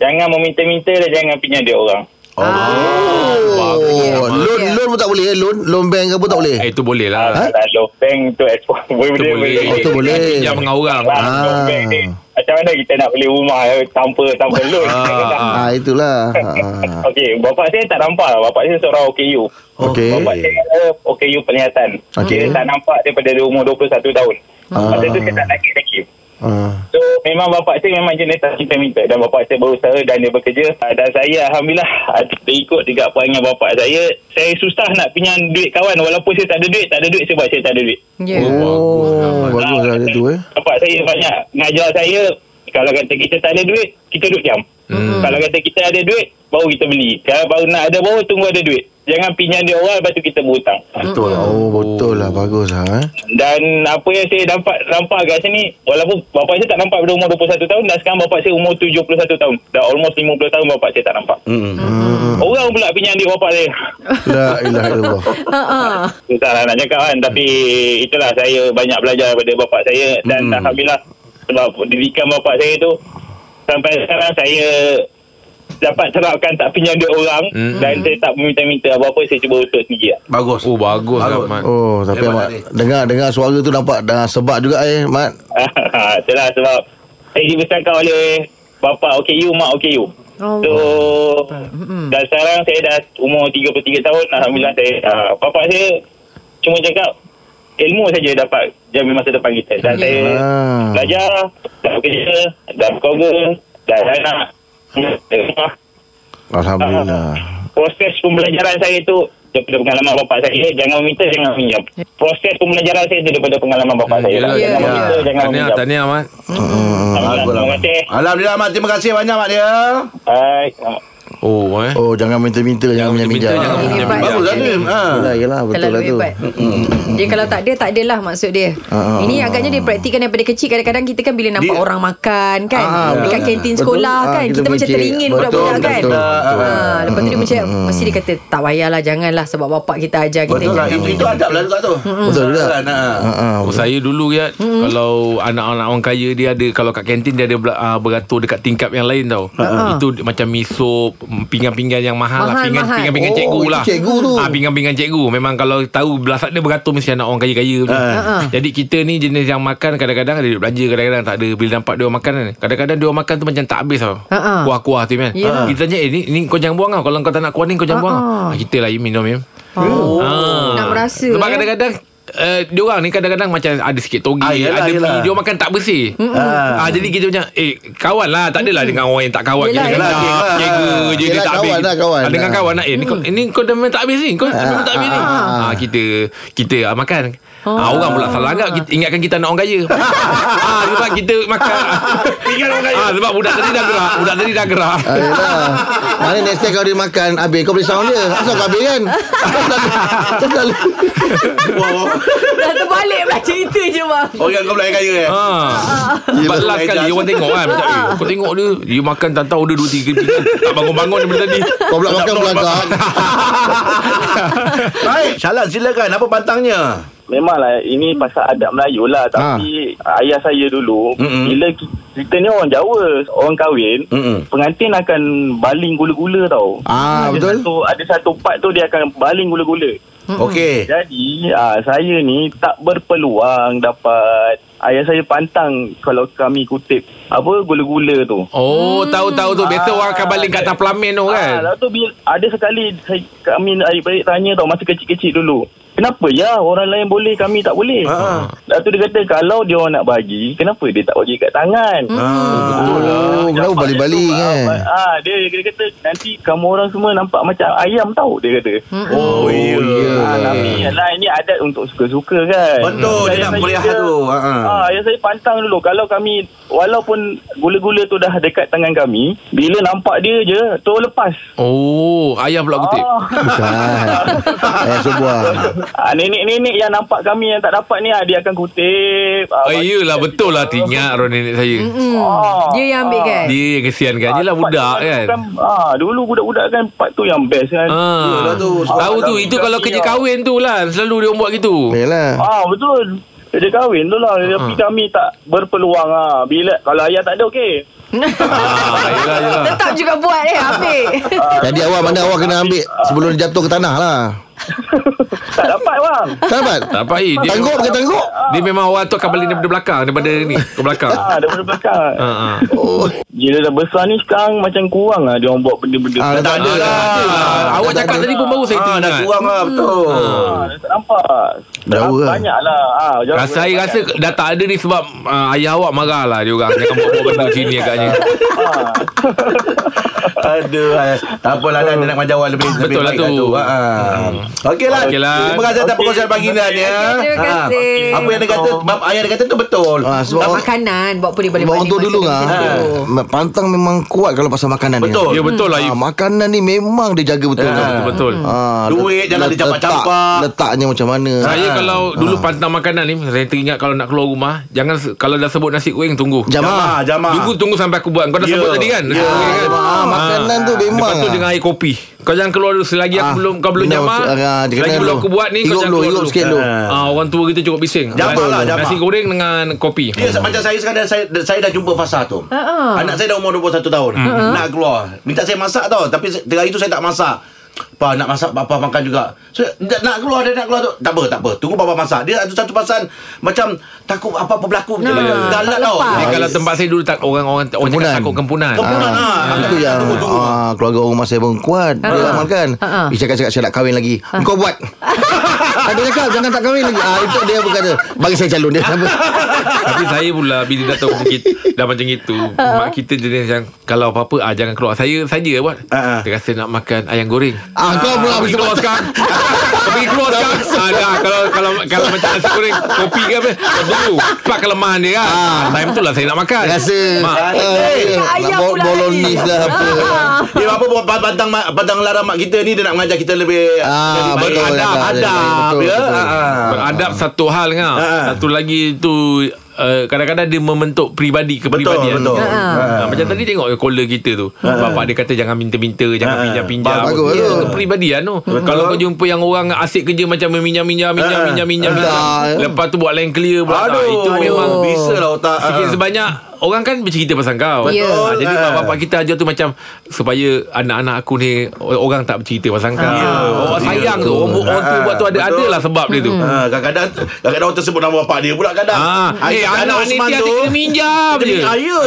[SPEAKER 7] Jangan meminta-minta dan jangan pinjam dia orang.
[SPEAKER 5] Oh Loan
[SPEAKER 3] Ya.
[SPEAKER 5] loan pun tak boleh eh Loan loan bank ke pun tak boleh
[SPEAKER 4] eh, Itu boleh lah
[SPEAKER 5] Ha?
[SPEAKER 7] Ha? Kalau bank tu ekspor boleh
[SPEAKER 4] Itu boleh
[SPEAKER 5] Oh, tu boleh.
[SPEAKER 4] Pinjam dengan orang
[SPEAKER 7] Kalau
[SPEAKER 5] Ah.
[SPEAKER 7] bank ni macam mana kita nak beli rumah eh, tanpa tanpa loan?
[SPEAKER 5] Ah itulah ha.
[SPEAKER 7] Okey, bapak saya tak nampak lah. Bapak saya seorang OKU.
[SPEAKER 4] Oh,
[SPEAKER 5] Okey.
[SPEAKER 7] Bapak saya eh, ada OKU penglihatan.
[SPEAKER 5] Okey.
[SPEAKER 7] Dia tak nampak daripada dia umur 21 tahun.
[SPEAKER 5] Ah.
[SPEAKER 7] Masa tu saya tak nakik lagi.
[SPEAKER 5] Ah.
[SPEAKER 7] So memang bapak saya memang jenis tak minta-minta dan bapak saya berusaha dan dia bekerja Ah, dan saya Alhamdulillah ah, terikut juga apa yang bapak saya saya susah nak pinjam duit kawan walaupun saya tak ada duit tak ada duit sebab saya tak ada duit
[SPEAKER 3] Ya
[SPEAKER 5] Oh Bagus lah dia tu eh
[SPEAKER 7] Bapak saya banyak ngajar saya kalau kata kita tak ada duit, kita duduk diam. Hmm. Kalau kata kita ada duit, baru kita beli. Kalau baru nak ada baru tunggu ada duit. Jangan pinjam dia orang lepas tu kita berhutang.
[SPEAKER 2] Betul lah.
[SPEAKER 5] Oh betul lah Bagus lah eh
[SPEAKER 7] Dan apa yang saya nampak nampak kat sini walaupun bapak saya tak nampak pada umur 21 tahun dan sekarang bapak saya umur 71 tahun. Dah almost 50 tahun bapak saya tak nampak.
[SPEAKER 2] Hmm.
[SPEAKER 7] Orang pula pinjam duit bapak saya.
[SPEAKER 5] La ilaha illallah
[SPEAKER 3] Ha,
[SPEAKER 7] Susah lah nak cakap kan Tapi itulah saya banyak belajar daripada bapak saya Dan
[SPEAKER 2] Mm-mm.
[SPEAKER 7] Alhamdulillah Sebab pendidikan bapak saya tu Sampai sekarang saya Dapat terapkan tak pinjam duit orang
[SPEAKER 4] Mm-mm.
[SPEAKER 7] Dan saya tak meminta-minta apa-apa Saya cuba untuk sendiri lah
[SPEAKER 2] Bagus.
[SPEAKER 4] Oh bagus lah
[SPEAKER 2] Bagus.
[SPEAKER 4] Mat
[SPEAKER 5] Oh tapi
[SPEAKER 2] Hebat
[SPEAKER 5] Mat
[SPEAKER 2] tadi.
[SPEAKER 5] Dengar dengar suara tu nampak dah Sebab juga eh Mat
[SPEAKER 7] Itulah sebab Saya dibesarkan oleh Bapak OKU, mak OKU So
[SPEAKER 3] Oh.
[SPEAKER 7] Dan sekarang saya dah umur 33 tahun Alhamdulillah saya uh, Bapak saya Cuma cakap Ilmu saja dapat Jamin masa depan kita Dan
[SPEAKER 4] Eh.
[SPEAKER 7] saya
[SPEAKER 5] Ah.
[SPEAKER 7] Belajar Dah bekerja Dah berkeluarga Dah ada anak dah rumah.
[SPEAKER 5] Alhamdulillah
[SPEAKER 7] Proses pembelajaran saya tu Daripada pengalaman bapak saya Jangan meminta Jangan minjam Proses pembelajaran saya tu Daripada pengalaman bapak saya
[SPEAKER 4] Yelah,
[SPEAKER 7] lah. Jangan
[SPEAKER 4] yelah.
[SPEAKER 7] meminta Jangan
[SPEAKER 4] Tahniah
[SPEAKER 7] minjam
[SPEAKER 4] Tahniah Mat
[SPEAKER 5] Hmm.
[SPEAKER 7] Alhamdulillah, Terima kasih
[SPEAKER 2] Alhamdulillah Mat Terima kasih banyak Mat dia
[SPEAKER 7] Hai
[SPEAKER 4] Oh eh.
[SPEAKER 5] Oh jangan minta-minta Jangan
[SPEAKER 4] minta-minta,
[SPEAKER 5] minjam-minjam
[SPEAKER 4] jangan
[SPEAKER 5] Ah.
[SPEAKER 3] minjam-minjam.
[SPEAKER 4] minjam-minjam.
[SPEAKER 2] Bagus lah Lim ha.
[SPEAKER 5] Yelah, yelah, betul lah
[SPEAKER 3] Terlalu
[SPEAKER 5] tu
[SPEAKER 3] hebat Dia kalau tak ada Tak adalah maksud dia
[SPEAKER 5] Ah, ah,
[SPEAKER 3] Ini agaknya dia praktikkan Daripada kecil Kadang-kadang kita kan Bila nampak
[SPEAKER 2] Dia-
[SPEAKER 3] orang makan Kan
[SPEAKER 5] Ah,
[SPEAKER 3] Dekat
[SPEAKER 5] betul.
[SPEAKER 3] kantin
[SPEAKER 5] Betul.
[SPEAKER 3] sekolah
[SPEAKER 5] Ah,
[SPEAKER 3] kan
[SPEAKER 5] kita
[SPEAKER 3] Kita, macam
[SPEAKER 5] buncit.
[SPEAKER 3] teringin
[SPEAKER 5] Betul,
[SPEAKER 3] Budak-budak
[SPEAKER 5] betul,
[SPEAKER 3] kan
[SPEAKER 2] Ha,
[SPEAKER 5] betul.
[SPEAKER 3] Ah, Lepas tu dia macam Mesti dia kata Tak payahlah Janganlah sebab bapak kita ajar kita
[SPEAKER 2] Betul lah
[SPEAKER 3] jangan."
[SPEAKER 2] Itu, itu adab lah juga tu
[SPEAKER 5] Betul juga.
[SPEAKER 2] Kan, ha.
[SPEAKER 5] Ah,
[SPEAKER 4] Oh,
[SPEAKER 5] betul.
[SPEAKER 4] saya dulu ya
[SPEAKER 5] Hmm.
[SPEAKER 4] mm-hmm. kalau anak-anak orang kaya dia ada kalau kat kantin dia ada uh, beratur dekat tingkap yang lain tau.
[SPEAKER 5] Ha,
[SPEAKER 4] Uh-huh. Itu di- macam miso, mm, pinggan-pinggan yang mahal,
[SPEAKER 3] Mahal,
[SPEAKER 4] lah, pinggan,
[SPEAKER 3] mahal.
[SPEAKER 4] pinggan-pinggan
[SPEAKER 5] Oh,
[SPEAKER 4] cikgu
[SPEAKER 5] itu
[SPEAKER 4] lah.
[SPEAKER 5] cikgu tu.
[SPEAKER 4] Ah pinggan-pinggan cikgu. Memang kalau tahu belasak dia beratur mesti anak orang kaya-kaya.
[SPEAKER 3] Ah.
[SPEAKER 4] Uh-huh. Jadi kita ni jenis yang makan kadang-kadang ada duit belanja kadang-kadang tak ada bila nampak dia orang makan kan. Kadang-kadang dia orang makan tu macam tak habis tau.
[SPEAKER 3] Ah-ah.
[SPEAKER 4] Kuah-kuah tu kan.
[SPEAKER 3] Yelah.
[SPEAKER 4] Kita tanya eh ni, ni kau jangan buang tau. Kalau kau tak nak kuah ni kau jangan buang.
[SPEAKER 3] Ah-ah.
[SPEAKER 4] Ah, kita lah you minum ya.
[SPEAKER 3] Oh.
[SPEAKER 4] Ah.
[SPEAKER 3] Nak merasa, eh.
[SPEAKER 4] Sebab kadang-kadang uh, Diorang ni kadang-kadang Macam ada sikit togi
[SPEAKER 2] Ah, yelah,
[SPEAKER 4] Ada
[SPEAKER 2] yelah.
[SPEAKER 4] Dia makan tak bersih ah.
[SPEAKER 2] Ah.
[SPEAKER 4] Jadi kita macam Eh kawan lah Tak adalah dengan orang yang tak kawan
[SPEAKER 3] Yelah,
[SPEAKER 4] Kita
[SPEAKER 3] yelah.
[SPEAKER 4] kena Jaga je Dia
[SPEAKER 5] Yelah,
[SPEAKER 4] tak
[SPEAKER 5] kawan
[SPEAKER 4] habis
[SPEAKER 5] lah, kawan.
[SPEAKER 4] Ah, Dengan
[SPEAKER 5] Ah.
[SPEAKER 4] kawan lah Eh ni kau, ni kau dah memang tak habis ni Kau dah memang tak habis ni ah,
[SPEAKER 5] Ah.
[SPEAKER 4] Kita Kita ah, makan ah, Orang pula salah anggap kita, Ingatkan kita anak orang kaya ah, Sebab kita makan
[SPEAKER 2] Ingat orang kaya.
[SPEAKER 4] ah, Sebab budak tadi dah gerak Budak tadi dah gerak
[SPEAKER 5] Ah, yelah. Mana next time kalau dia makan Habis kau boleh sound dia Asal kau habis kan Kau selalu Kau selalu
[SPEAKER 2] Wow.
[SPEAKER 3] Dah terbalik pula cerita je bang
[SPEAKER 2] Orang kau belakang kaya eh
[SPEAKER 4] Ah. Sebab
[SPEAKER 2] Yelah,
[SPEAKER 4] last
[SPEAKER 2] Ejaz.
[SPEAKER 4] kali dia orang tengok kan macam, eh, Kau tengok dia Dia makan tak tahu dia 2-3 pinggan Tak bangun-bangun daripada tadi
[SPEAKER 5] Kau pula makan belakang
[SPEAKER 2] Baik Syalat silakan Apa pantangnya
[SPEAKER 7] Memanglah ini pasal adab Melayu lah Tapi ha. ayah saya dulu
[SPEAKER 2] Mm-mm.
[SPEAKER 7] Bila ki- kita ni orang Jawa Orang kahwin
[SPEAKER 2] Mm-mm.
[SPEAKER 7] Pengantin akan baling gula-gula tau
[SPEAKER 5] Ah,
[SPEAKER 7] ada
[SPEAKER 5] betul. Hmm.
[SPEAKER 7] satu, Ada satu part tu dia akan baling gula-gula
[SPEAKER 2] Okey
[SPEAKER 7] Jadi ah, saya ni tak berpeluang dapat Ayah saya pantang kalau kami kutip Apa gula-gula tu
[SPEAKER 5] Hmm.
[SPEAKER 4] Oh tahu-tahu tu Biasa
[SPEAKER 7] Ah.
[SPEAKER 4] orang akan baling kat atas pelamin
[SPEAKER 5] Oh,
[SPEAKER 4] tu kan
[SPEAKER 7] Ah, lepas tu bila, ada sekali saya, kami adik-beradik tanya tau masa kecil-kecil dulu. Kenapa ya orang lain boleh kami tak boleh?
[SPEAKER 2] Ah.
[SPEAKER 7] Ha. Lepas tu dia kata kalau dia orang nak bagi, kenapa dia tak bagi kat tangan? lah.
[SPEAKER 2] Ah.
[SPEAKER 5] Oh Kenapa balik-balik kan
[SPEAKER 7] Ah, dia, dia kata nanti kamu orang semua nampak macam ayam tau dia kata.
[SPEAKER 2] Oh ya
[SPEAKER 7] Ah, tapi yalah, ini adat untuk suka-suka kan.
[SPEAKER 2] Betul, dia
[SPEAKER 7] Ayah
[SPEAKER 2] nak
[SPEAKER 7] saya
[SPEAKER 2] meriah
[SPEAKER 7] dia-
[SPEAKER 2] tu. Ha, ha.
[SPEAKER 7] Ah, ayah saya pantang dulu kalau kami walaupun gula-gula tu dah dekat tangan kami, bila nampak dia je tu lepas.
[SPEAKER 4] Oh Ayah pula kutip
[SPEAKER 2] Ah.
[SPEAKER 5] Bukan Eh sebuah
[SPEAKER 7] Ah, nenek-nenek yang nampak kami yang tak dapat ni ah, dia akan kutip. Ah,
[SPEAKER 4] Eh yelah betul lah Teringat orang nenek saya
[SPEAKER 3] Hmm.
[SPEAKER 7] Ah.
[SPEAKER 3] Dia yang ambil kan
[SPEAKER 4] Dia yang kesian kan Yelah budak kan
[SPEAKER 7] Ah, dulu budak-budak kan part tu yang best kan.
[SPEAKER 4] Ah.
[SPEAKER 2] Yelah tu.
[SPEAKER 4] Tahu tu Itu kalau kerja kahwin tu lah Selalu dia orang buat gitu
[SPEAKER 5] Yelah
[SPEAKER 7] Ah, betul. Kerja kahwin tu lah. Tapi
[SPEAKER 4] Ah.
[SPEAKER 7] kami tak berpeluang ah. Bila kalau ayah tak ada okey.
[SPEAKER 4] ah, Yelah yelah
[SPEAKER 3] Tetap juga buat eh Ambil
[SPEAKER 5] Jadi awak mana awak kena ambil Sebelum dia jatuh ke tanah lah
[SPEAKER 7] tak dapat bang.
[SPEAKER 5] Tak dapat
[SPEAKER 4] Tak apa eh, dia,
[SPEAKER 5] Tangguk ke tangguk
[SPEAKER 4] dia memang orang tu akan baling daripada belakang Daripada ni Ke belakang
[SPEAKER 7] Ah, daripada belakang.
[SPEAKER 4] ah, ah.
[SPEAKER 5] Oh
[SPEAKER 7] Bila dah besar ni sekarang macam kurang lah dia orang buat benda-benda.
[SPEAKER 5] Ah,
[SPEAKER 7] tak,
[SPEAKER 5] tak ada lah
[SPEAKER 4] Ah, Awak
[SPEAKER 5] Tak
[SPEAKER 4] cakap
[SPEAKER 5] ada.
[SPEAKER 4] tadi pun baru saya
[SPEAKER 2] Ah, dah
[SPEAKER 4] teringat
[SPEAKER 2] kurang lah betul.
[SPEAKER 7] Ah, tak nampak.
[SPEAKER 5] Jauh lah.
[SPEAKER 7] Banyak lah. Ah, jauh
[SPEAKER 4] Rasa saya rasa dah tak ada ni sebab uh, ayah awak marah lah dia orang. Jangan buat-buat benda sini agaknya.
[SPEAKER 7] Ah.
[SPEAKER 2] Aduh. ay. Tak apalah Dan dia nak macam awal lebih lebih
[SPEAKER 4] Betul lah
[SPEAKER 2] baik
[SPEAKER 4] tu. Hmm.
[SPEAKER 2] Ha, ha. Okey lah.
[SPEAKER 4] Okey lah.
[SPEAKER 2] Terima kasih atas
[SPEAKER 7] Okey.
[SPEAKER 2] perkongsian pagi ni Dan ya.
[SPEAKER 3] Terima
[SPEAKER 2] Ha.
[SPEAKER 3] kasih.
[SPEAKER 2] Apa yang dia kata bab ayah dia kata tu betul.
[SPEAKER 5] Ah,
[SPEAKER 3] Buat
[SPEAKER 5] sebab
[SPEAKER 3] makanan Buat apa dia balik
[SPEAKER 5] Sebab orang tua dulu lah Ma- Pantang memang kuat Kalau pasal makanan ni.
[SPEAKER 2] Betul. Ya,
[SPEAKER 4] Ya betul lah.
[SPEAKER 5] ah, Makanan ni memang dia jaga betul
[SPEAKER 4] Betul, betul.
[SPEAKER 5] Ah,
[SPEAKER 2] Duit
[SPEAKER 5] let-
[SPEAKER 2] jangan
[SPEAKER 5] let-
[SPEAKER 2] dicampak-campak.
[SPEAKER 5] letak- Letaknya macam mana
[SPEAKER 4] Saya
[SPEAKER 5] Ah.
[SPEAKER 4] kalau dulu pantang makanan ni Saya teringat kalau nak keluar rumah Jangan se- Kalau dah sebut nasi goreng Tunggu
[SPEAKER 2] Jamah,
[SPEAKER 5] Jamah.
[SPEAKER 2] Jamah.
[SPEAKER 4] Tunggu tunggu sampai aku buat Kau dah
[SPEAKER 2] ah, Ya.
[SPEAKER 4] sebut tadi kan Nasi
[SPEAKER 2] Ya.
[SPEAKER 4] goreng kan?
[SPEAKER 5] Ah, makanan tu memang
[SPEAKER 4] Lepas tu
[SPEAKER 5] ah.
[SPEAKER 4] dengan air kopi Kau jangan keluar dulu Selagi aku
[SPEAKER 5] Ah,
[SPEAKER 4] belum Kau belum
[SPEAKER 5] minum,
[SPEAKER 4] jamah
[SPEAKER 5] ah, dia
[SPEAKER 4] Selagi
[SPEAKER 5] kena
[SPEAKER 4] belum
[SPEAKER 5] dulu.
[SPEAKER 4] aku buat ni Kau
[SPEAKER 5] Hirup
[SPEAKER 4] jangan
[SPEAKER 5] dulu,
[SPEAKER 4] keluar
[SPEAKER 5] hirup
[SPEAKER 4] dulu
[SPEAKER 5] sikit dulu.
[SPEAKER 4] Ah, Orang tua kita cukup bising
[SPEAKER 2] Jamah lah, jamah.
[SPEAKER 4] Nasi goreng dengan kopi
[SPEAKER 2] Dia macam saya sekarang saya, saya dah jumpa fasa tu.
[SPEAKER 3] Ha-ha.
[SPEAKER 2] Anak saya dah umur 21 tahun.
[SPEAKER 4] Hmm,
[SPEAKER 2] Nak keluar. Minta saya masak tau tapi se- tengah itu saya tak masak. Pa nak masak papa makan juga. So nak, nak keluar dia nak keluar tu. Tak apa tak apa. Tunggu papa masak. Dia ada satu pasan macam takut apa-apa berlaku macam
[SPEAKER 3] Nah,
[SPEAKER 2] galak
[SPEAKER 3] tak
[SPEAKER 2] tau.
[SPEAKER 3] lepas.
[SPEAKER 4] Ni kalau tempat saya dulu tak Orang-orang Orang
[SPEAKER 5] Ah, Kempunan.
[SPEAKER 4] cakap takut kempunan
[SPEAKER 2] Kempunan.
[SPEAKER 5] Ah,
[SPEAKER 2] Ah,
[SPEAKER 5] itu yang
[SPEAKER 2] tunggu, tunggu.
[SPEAKER 5] ah, keluarga orang rumah saya pun kuat dia
[SPEAKER 3] Ah.
[SPEAKER 5] amalkan.
[SPEAKER 3] Ah, ah.
[SPEAKER 5] Dia cakap-cakap saya nak kahwin lagi. Engkau buat. Ada cakap jangan tak kahwin lagi. Ah itu dia berkata bagi saya calon dia. Apa?
[SPEAKER 4] Tapi saya pula bila dah tahu kita dah macam itu, mak kita jenis yang kalau apa-apa ah jangan ah, keluar. Saya saja buat.
[SPEAKER 2] Ah, ah.
[SPEAKER 4] Dia rasa nak makan ayam goreng.
[SPEAKER 5] Ah kau pula
[SPEAKER 4] pergi
[SPEAKER 5] mesti
[SPEAKER 4] keluar sekarang Kau pergi keluar sekarang ah, dah, Kalau kalau kalau macam nasi goreng Kopi ke apa Kau tunggu Sebab kelemahan dia kan ah. Time tu lah saya nak makan
[SPEAKER 5] Rasa
[SPEAKER 4] Mak.
[SPEAKER 5] eh,
[SPEAKER 3] Ayam
[SPEAKER 5] bo-
[SPEAKER 3] pula
[SPEAKER 5] Bolognese
[SPEAKER 3] lagi.
[SPEAKER 5] lah apa
[SPEAKER 2] Dia apa buat pantang pantang larang mak kita ni dia nak mengajar kita lebih lebih
[SPEAKER 5] Ah,
[SPEAKER 2] baik.
[SPEAKER 5] betul,
[SPEAKER 2] adab
[SPEAKER 5] betul,
[SPEAKER 2] adab
[SPEAKER 5] betul,
[SPEAKER 2] ya.
[SPEAKER 5] betul.
[SPEAKER 2] Ah, ah.
[SPEAKER 4] Beradab satu hal kan
[SPEAKER 2] Ah.
[SPEAKER 4] Satu lagi tu Uh, kadang-kadang dia membentuk peribadi kepribadian
[SPEAKER 2] betul.
[SPEAKER 4] Ha. Ha. Macam tadi tengok caller kita tu ha. Bapak dia kata jangan minta-minta Jangan
[SPEAKER 2] Ha.
[SPEAKER 4] pinjam-pinjam
[SPEAKER 5] Bagus,
[SPEAKER 4] Itu
[SPEAKER 5] bagus.
[SPEAKER 4] kepribadian tu Kalau kau jumpa yang orang asyik kerja Macam meminjam-minjam
[SPEAKER 2] Ha.
[SPEAKER 4] Minjam-minjam minjam,
[SPEAKER 5] Ah, ya.
[SPEAKER 4] minjam. Lepas tu buat lain clear pula
[SPEAKER 2] Aduh,
[SPEAKER 4] Itu
[SPEAKER 2] aduh.
[SPEAKER 4] memang
[SPEAKER 2] bisa lah otak. ah.
[SPEAKER 4] Sikit sebanyak Orang kan bercerita pasal kau
[SPEAKER 3] Ya.
[SPEAKER 4] Ah, Jadi
[SPEAKER 2] Ah.
[SPEAKER 4] bapak-bapak kita ajar tu macam Supaya anak-anak aku ni Orang tak bercerita
[SPEAKER 2] Ah.
[SPEAKER 4] pasal kau Orang sayang tu Orang, orang tu buat tu ada
[SPEAKER 2] Ya, Betul.
[SPEAKER 4] Adalah sebab dia tu
[SPEAKER 2] Ha, kadang-kadang kadang-kadang orang tersebut nama bapak dia pula kadang.
[SPEAKER 4] Ah, eh anak ni tiada kena
[SPEAKER 3] Ah,
[SPEAKER 4] minjam
[SPEAKER 2] Dia
[SPEAKER 4] je.
[SPEAKER 2] minta air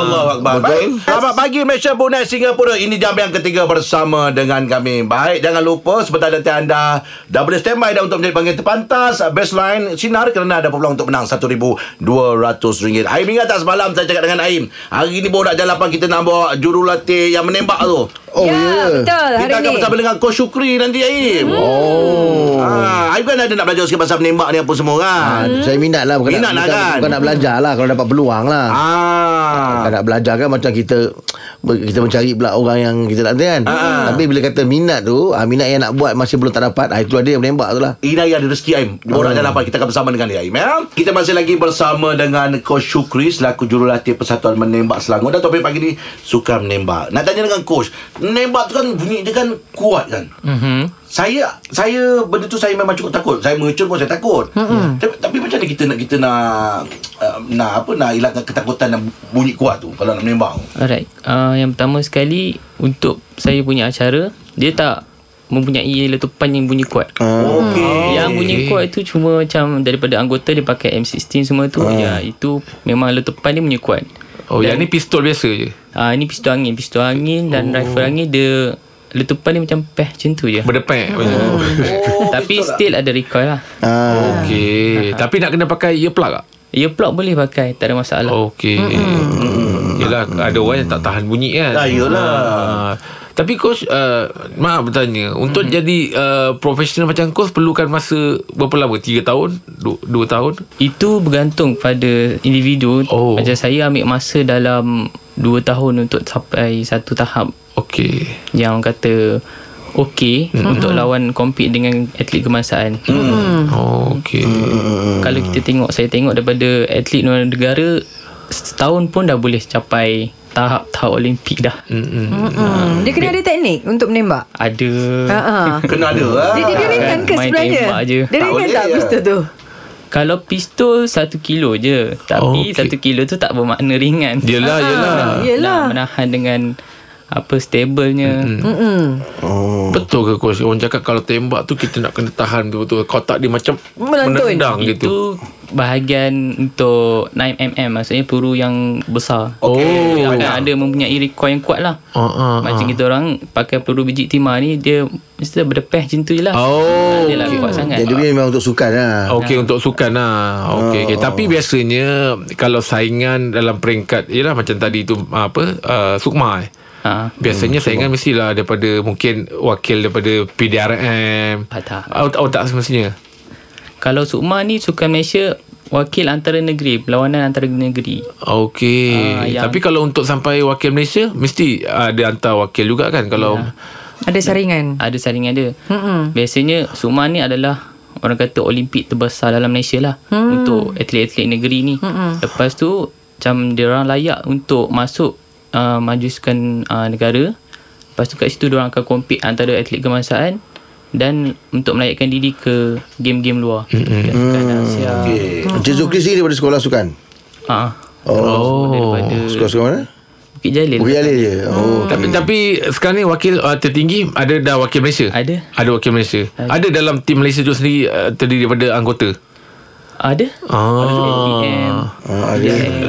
[SPEAKER 2] Allah Akbar Baik Selamat pagi Malaysia Brunei Singapura Ini jam yang ketiga bersama dengan kami Baik jangan lupa Sebentar nanti anda Dah boleh standby dah Untuk menjadi panggil terpantas Baseline Sinar Kerana ada peluang untuk menang RM1,200 Aim ingat tak semalam Saya cakap dengan Aim Hari ni baru nak jalapan Kita nak bawa jurulatih Yang menembak tu
[SPEAKER 5] Oh
[SPEAKER 3] ya,
[SPEAKER 5] ya
[SPEAKER 3] betul hari Hmm.
[SPEAKER 2] kita akan
[SPEAKER 3] ni.
[SPEAKER 2] bersama dengan Coach Syukri nanti Aim. Oh. Ha, Aim kan ada nak belajar sikit pasal menembak ni apa semua kan.
[SPEAKER 3] Hmm.
[SPEAKER 5] Ah, Saya minat lah bukan
[SPEAKER 2] Minat lah
[SPEAKER 5] nak, bukan,
[SPEAKER 2] kan?
[SPEAKER 5] bukan nak belajar lah Kalau dapat peluang lah
[SPEAKER 2] Ah.
[SPEAKER 5] Kalau nak belajar kan macam kita kita mencari pula orang yang kita nak kan.
[SPEAKER 2] Ah,
[SPEAKER 5] Tapi bila kata minat tu, ah, minat yang nak buat masih belum tak dapat, ah itulah dia yang menembak tu lah.
[SPEAKER 2] Inai ada rezeki Aim Borak jalan apa Kita akan bersama dengan dia Aim ya? Kita masih lagi bersama dengan Coach Syukri Selaku jurulatih Persatuan Menembak Selangor Dan topik pagi ni Sukan menembak Nak tanya dengan Coach Menembak tu kan bunyi dia kan kuat kan mm-hmm. Saya Saya Benda tu saya memang cukup takut Saya mengecun pun saya takut mm-hmm. tapi, tapi macam mana kita nak Kita nak uh, Nak apa Nak hilangkan ketakutan Dan bunyi kuat tu Kalau nak menembak tu
[SPEAKER 8] Alright. Uh, yang pertama sekali untuk saya punya acara, dia tak mempunyai letupan yang bunyi kuat.
[SPEAKER 2] Okey
[SPEAKER 8] Yang bunyi
[SPEAKER 4] Eh.
[SPEAKER 8] kuat itu cuma macam daripada anggota dia pakai M16 semua tu. Ya, itu memang letupan dia bunyi kuat.
[SPEAKER 4] Oh, yang ni pistol biasa je.
[SPEAKER 8] Ah uh, ini pistol angin, pistol angin dan oh. rifle angin dia letupan dia macam peh macam tu je.
[SPEAKER 4] Berdepek.
[SPEAKER 8] Oh, Tapi still ada recoil lah.
[SPEAKER 5] Ah,
[SPEAKER 4] Okey. Tapi nak kena pakai earplug tak?
[SPEAKER 8] Earplug Ya, boleh pakai, tak ada masalah.
[SPEAKER 4] Okey. Yelah, ada orang yang tak tahan bunyi kan.
[SPEAKER 2] Ah, yelah.
[SPEAKER 4] Ah. Tapi coach uh, Maaf bertanya Untuk jadi uh, Profesional macam coach Perlukan masa Berapa lama? 3 tahun? 2 tahun?
[SPEAKER 8] Itu bergantung pada individu.
[SPEAKER 4] Oh.
[SPEAKER 8] Macam saya ambil masa dalam 2 tahun untuk sampai satu tahap
[SPEAKER 4] Okey
[SPEAKER 8] yang orang kata okey mm-hmm. untuk lawan compete dengan atlet kebangsaan. Mm.
[SPEAKER 4] oh, Okey
[SPEAKER 8] Kalau kita tengok saya tengok daripada atlet luar negara setahun pun dah boleh capai tahap-tahap olimpik dah. Mm.
[SPEAKER 3] Hmm, dia kena ada teknik untuk menembak.
[SPEAKER 8] Ada
[SPEAKER 3] Ha ah.
[SPEAKER 2] Kena ada lah
[SPEAKER 3] Dia, dia, dia ringan ke
[SPEAKER 8] Main
[SPEAKER 3] sebenarnya?
[SPEAKER 8] tembak je.
[SPEAKER 2] Tak
[SPEAKER 3] Dia ringan
[SPEAKER 2] boleh
[SPEAKER 3] tak
[SPEAKER 2] je.
[SPEAKER 3] pistol tu?
[SPEAKER 8] kalau pistol satu kilo je
[SPEAKER 4] Okey.
[SPEAKER 8] tapi satu kilo tu tak bermakna ringan.
[SPEAKER 4] Yelah yelah
[SPEAKER 3] Ah, Yelah.
[SPEAKER 8] Nak menahan dengan apa stablenya. Mm-hmm.
[SPEAKER 4] Betul ke coach Orang cakap kalau tembak tu Kita nak kena tahan betul-betul Kotak dia macam
[SPEAKER 3] Melantun.
[SPEAKER 4] Menendang
[SPEAKER 8] Itu
[SPEAKER 4] gitu
[SPEAKER 8] bahagian untuk 9mm maksudnya peluru yang besar.
[SPEAKER 4] Oh
[SPEAKER 8] Yang ada, ada mempunyai recoil yang kuat lah.
[SPEAKER 4] Ah, ah,
[SPEAKER 8] Macam kita orang pakai peluru biji timah ni dia mesti dah berdepeh macam tu je lah.
[SPEAKER 4] Oh,
[SPEAKER 8] Dia lah kuat sangat.
[SPEAKER 5] jadi dia memang untuk sukan lah.
[SPEAKER 4] Okey untuk sukan lah Okey okay.
[SPEAKER 8] Oh.
[SPEAKER 4] Tapi biasanya Kalau saingan dalam peringkat Yelah macam tadi tu ah, Apa uh, Sukma eh
[SPEAKER 8] Ha.
[SPEAKER 4] Biasanya hmm, saingan mestilah daripada mungkin wakil daripada PDRM.
[SPEAKER 8] Ah, tak.
[SPEAKER 4] Oh, oh tak semestinya.
[SPEAKER 8] Kalau Sukma ni sukan Malaysia wakil antara negeri, perlawanan antara negeri.
[SPEAKER 4] Okey.
[SPEAKER 8] Ah, yang-
[SPEAKER 4] Tapi kalau untuk sampai wakil Malaysia mesti ada hantar wakil juga kan kalau
[SPEAKER 8] Ya.
[SPEAKER 3] Ada saringan.
[SPEAKER 8] Ada saringan dia.
[SPEAKER 3] Mm-mm.
[SPEAKER 8] Biasanya Sukma ni adalah orang kata olimpik terbesar dalam Malaysia lah hmm. untuk atlet-atlet negeri ni. Hmm. Lepas tu macam dia orang layak untuk masuk uh, maju sukan uh, negara. Lepas tu kat situ dia orang akan compete antara atlet kebangsaan dan untuk melayakkan diri ke game-game luar. Hmm. Sukan Asia.
[SPEAKER 2] Okey.
[SPEAKER 5] Encik Zulkifli sendiri daripada sekolah sukan.
[SPEAKER 8] Ah,
[SPEAKER 5] Oh,
[SPEAKER 8] daripada
[SPEAKER 5] sekolah sukan mana?
[SPEAKER 8] Bukit Jalil.
[SPEAKER 5] Bukit Jalil je. Oh.
[SPEAKER 4] Tapi
[SPEAKER 8] Hmm.
[SPEAKER 4] tapi sekarang ni wakil uh, tertinggi ada dah wakil Malaysia.
[SPEAKER 8] Ada.
[SPEAKER 4] Ada wakil Malaysia. Ada, dalam tim Malaysia tu sendiri uh, terdiri daripada anggota.
[SPEAKER 8] Ada Ada
[SPEAKER 4] Ah.
[SPEAKER 8] PM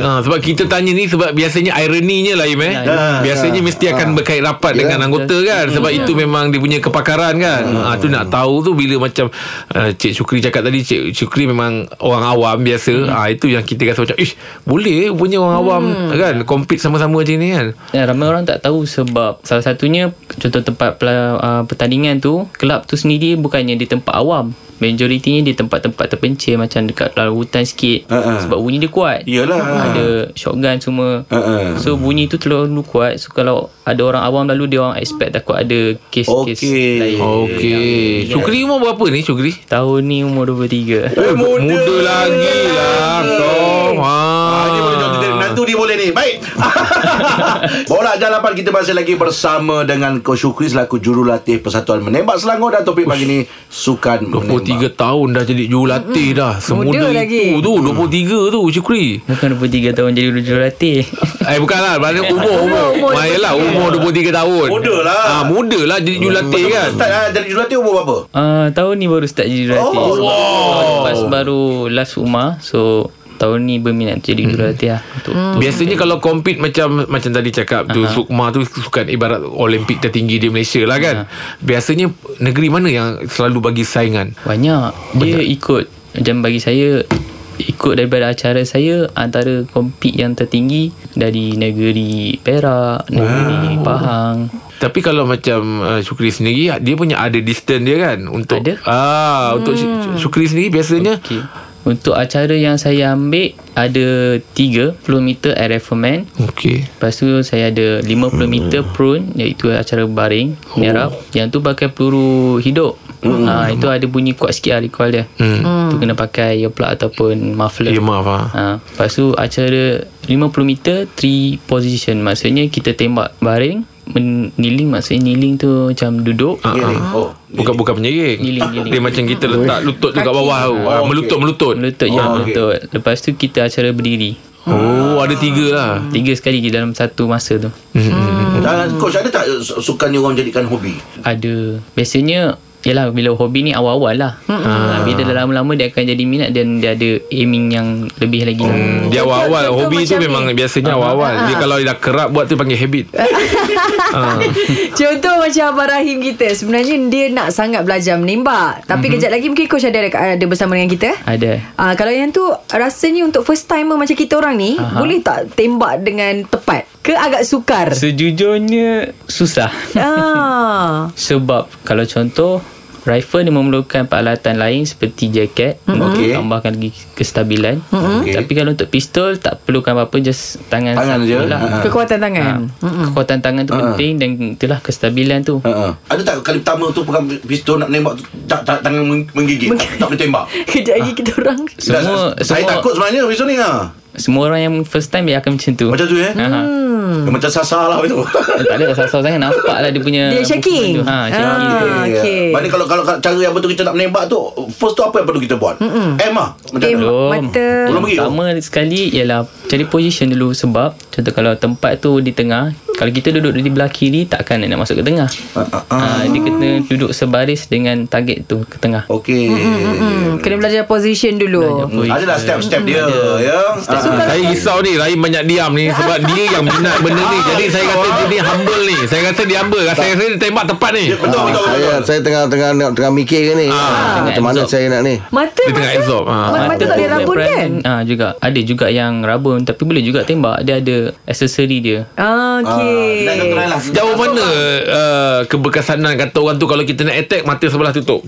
[SPEAKER 4] Ah, sebab kita tanya ni sebab biasanya ironinya lah Im eh.
[SPEAKER 8] Ya,
[SPEAKER 4] biasanya mesti akan berkait rapat dengan anggota kan sebab
[SPEAKER 3] Ya.
[SPEAKER 4] itu memang dia punya kepakaran kan. Ah tu nak tahu tu bila macam uh, Cik Syukri cakap tadi Cik Syukri memang orang awam biasa.
[SPEAKER 3] Hmm.
[SPEAKER 4] Ah itu yang kita rasa macam ish boleh eh, punya orang awam kan compete sama-sama macam ni kan.
[SPEAKER 8] Ya, ramai orang tak tahu sebab salah satunya contoh tempat pela, uh, pertandingan tu, kelab tu sendiri bukannya di tempat awam. Majoritinya di tempat-tempat terpencil macam dekat dalam hutan sikit
[SPEAKER 2] Ha, ha.
[SPEAKER 8] sebab bunyi dia kuat.
[SPEAKER 2] Yelah.
[SPEAKER 8] Ada shotgun semua.
[SPEAKER 2] Ha, ha.
[SPEAKER 8] So bunyi tu terlalu kuat. So kalau ada orang awam lalu dia orang expect takut ada kes-kes
[SPEAKER 2] Okey.
[SPEAKER 8] lain.
[SPEAKER 4] Okey. Syukri umur berapa ni Syukri?
[SPEAKER 8] Tahun ni umur 23.
[SPEAKER 4] Eh, muda. muda lagi lah kau. Ha.
[SPEAKER 2] Ah, dia boleh jawab cerita. Nantu dia boleh ni. Baik. Bola Jalapan kita masih lagi bersama dengan Coach Syukri selaku jurulatih Persatuan Menembak Selangor dan topik pagi ni sukan
[SPEAKER 4] 23
[SPEAKER 2] menembak.
[SPEAKER 4] tahun dah jadi jurulatih dah. Semuda
[SPEAKER 3] Hmm. Muda
[SPEAKER 4] itu
[SPEAKER 3] lagi.
[SPEAKER 4] tu 23 tu Syukri.
[SPEAKER 8] Bukan 23 tahun jadi jurulatih.
[SPEAKER 4] Eh bukanlah Maksudnya umur Umur, umur
[SPEAKER 3] Umur, umur.
[SPEAKER 4] Yalah umur 23 tahun
[SPEAKER 2] Muda lah.
[SPEAKER 4] ah, Muda lah Jadi jurulatih kan
[SPEAKER 2] Ustaz ah, jadi jurulatih umur berapa?
[SPEAKER 8] Uh, tahun ni baru start jadi jurulatih.
[SPEAKER 2] Oh, wow.
[SPEAKER 8] Tahun lepas baru last Umar. So, tahun ni berminat jadi jurulatih lah. Untuk,
[SPEAKER 4] Hmm.
[SPEAKER 8] untuk
[SPEAKER 4] Biasanya kalau compete macam macam tadi cakap tu Sukma tu sukan ibarat Olimpik tertinggi di Malaysia lah kan. Biasanya negeri mana yang selalu bagi saingan?
[SPEAKER 8] Banyak. Dia ikut, macam bagi saya, ikut daripada acara saya antara kompet yang tertinggi dari negeri Perak, negeri Pahang.
[SPEAKER 4] Tapi kalau macam uh, Syukri sendiri dia punya ada distance dia kan untuk
[SPEAKER 8] Ada.
[SPEAKER 4] ah untuk Sy- Syukri sendiri biasanya
[SPEAKER 8] Okay. Untuk acara yang saya ambil ada 3 meter air rifleman.
[SPEAKER 4] okey.
[SPEAKER 8] Lepas tu saya ada 50 meter prone iaitu acara baring nyerap. Yang tu pakai peluru hidup. Oh. Hmm. Ha, itu ada bunyi kuat sikit lah recoil dia. Hmm. Tu kena pakai earplug ataupun muffler.
[SPEAKER 4] Ya maaf ah.
[SPEAKER 8] Ha, lepas tu acara 50 meter 3 position. Maksudnya kita tembak baring, meniling maksudnya kneeling tu macam duduk.
[SPEAKER 4] Ah, ah.
[SPEAKER 2] Oh.
[SPEAKER 4] Bukan bukan penyirik.
[SPEAKER 8] Nyiling, nyiling.
[SPEAKER 4] Dia macam kita letak lutut tu kat bawah tu. Ah, Melutut melutut.
[SPEAKER 8] Melutut je, melutut. Lepas tu kita acara berdiri.
[SPEAKER 4] Oh, ada tiga lah. Hmm,
[SPEAKER 8] Tiga sekali di dalam satu masa tu.
[SPEAKER 2] Ah, Coach ada tak eh, su- sukan yang orang jadikan hobi?
[SPEAKER 8] Ada Biasanya Yelah bila hobi ni awal-awal lah
[SPEAKER 2] Hmm.
[SPEAKER 8] ha, Bila dah lama-lama dia akan jadi minat Dan dia ada aiming yang lebih lagi
[SPEAKER 4] Hmm,
[SPEAKER 8] hmm.
[SPEAKER 4] dia
[SPEAKER 3] Betul,
[SPEAKER 4] awal-awal
[SPEAKER 3] betul,
[SPEAKER 4] Hobi tu
[SPEAKER 3] macam
[SPEAKER 4] memang
[SPEAKER 3] ni. Ah,
[SPEAKER 4] biasanya awal-awal Dia kalau dia dah kerap buat tu panggil habit
[SPEAKER 3] Eh, Contoh macam Abang Rahim kita Sebenarnya dia nak sangat belajar menembak Tapi mm-hmm. kejap lagi mungkin coach ada, ada bersama dengan kita
[SPEAKER 8] Ada
[SPEAKER 3] Ah kalau yang tu rasanya untuk first timer macam kita orang ni Aha. boleh tak tembak dengan tepat ke agak sukar?
[SPEAKER 8] Sejujurnya Susah
[SPEAKER 3] ah.
[SPEAKER 8] Sebab Kalau contoh Rifle dia memerlukan peralatan lain Seperti jaket mm-hmm. Untuk
[SPEAKER 2] Hmm. Okey.
[SPEAKER 8] tambahkan lagi kestabilan mm-hmm.
[SPEAKER 2] Okey.
[SPEAKER 8] Tapi kalau untuk pistol Tak perlukan apa-apa Just tangan
[SPEAKER 2] Tangan
[SPEAKER 8] satu
[SPEAKER 2] je. Hmm.
[SPEAKER 8] lah.
[SPEAKER 2] Ha.
[SPEAKER 3] Kekuatan
[SPEAKER 8] Ha,
[SPEAKER 3] tangan.
[SPEAKER 8] Kekuatan tangan tu penting Dan itulah kestabilan tu
[SPEAKER 2] Uh-huh. Ada tak kali pertama tu pegang pistol nak nembak tu tak, tak tangan meng- menggigit tak boleh tembak.
[SPEAKER 3] Kejap lagi kita orang.
[SPEAKER 8] Semua
[SPEAKER 2] Dah- saya
[SPEAKER 8] semua-
[SPEAKER 2] takut sebenarnya pistol ni ha.
[SPEAKER 8] Semua orang yang first time Dia akan macam tu
[SPEAKER 2] Macam tu eh.
[SPEAKER 8] Aha.
[SPEAKER 2] Hmm. Macam sasar lah itu.
[SPEAKER 8] Eh, Tak ada tak salah sangat Nampak lah dia punya
[SPEAKER 3] Dia shaking.
[SPEAKER 8] movement tu. Ha, shaking
[SPEAKER 3] Ah. Okey.
[SPEAKER 2] Maknanya kalau, kalau kalau cara yang betul kita nak menembak tu First tu apa yang perlu kita buat? Mm-mm. M lah Macam mana?
[SPEAKER 3] Aim.
[SPEAKER 8] Belum
[SPEAKER 3] Mata. hmm,
[SPEAKER 2] Belum
[SPEAKER 8] Belum
[SPEAKER 2] pergi
[SPEAKER 8] Pertama sekali Ialah Cari position dulu Sebab Contoh kalau tempat tu Di tengah Kalau kita duduk di belah kiri Takkan nak masuk ke tengah
[SPEAKER 2] Ah,
[SPEAKER 8] ha, Dia kena duduk sebaris Dengan target tu Ke tengah
[SPEAKER 2] Okey
[SPEAKER 3] Hmm, kena belajar position dulu.
[SPEAKER 8] Ui.
[SPEAKER 2] Adalah step-step dia ya.
[SPEAKER 4] Ah, Saya risau ni Rahim banyak diam ni Sebab dia yang minat benda
[SPEAKER 3] Ah,
[SPEAKER 4] ni Jadi saya kata dia ni humble ni Saya rasa dia humble Saya rasa dia tembak tepat ni
[SPEAKER 2] Ah, Betul betul
[SPEAKER 5] saya
[SPEAKER 2] betul.
[SPEAKER 5] saya tengah tengah tengah, tengah mikir ke
[SPEAKER 2] Ah.
[SPEAKER 5] ni. Ah, Macam mana
[SPEAKER 8] Absorb.
[SPEAKER 5] saya nak ni?
[SPEAKER 3] Mata
[SPEAKER 4] Dia tengah
[SPEAKER 3] mata.
[SPEAKER 4] absorb, ha.
[SPEAKER 3] Ma- Mata tak
[SPEAKER 8] Ada
[SPEAKER 3] boleh
[SPEAKER 8] pun
[SPEAKER 3] rabun kan?
[SPEAKER 8] peran- Ah juga. Ada juga yang rabun tapi boleh juga tembak. Dia ada aksesori dia.
[SPEAKER 3] Ah, Okey.
[SPEAKER 2] Dah kau try lah.
[SPEAKER 4] Sejauh mana uh, Keberkesanan kata orang tu Kalau kita nak attack Mata sebelah tutup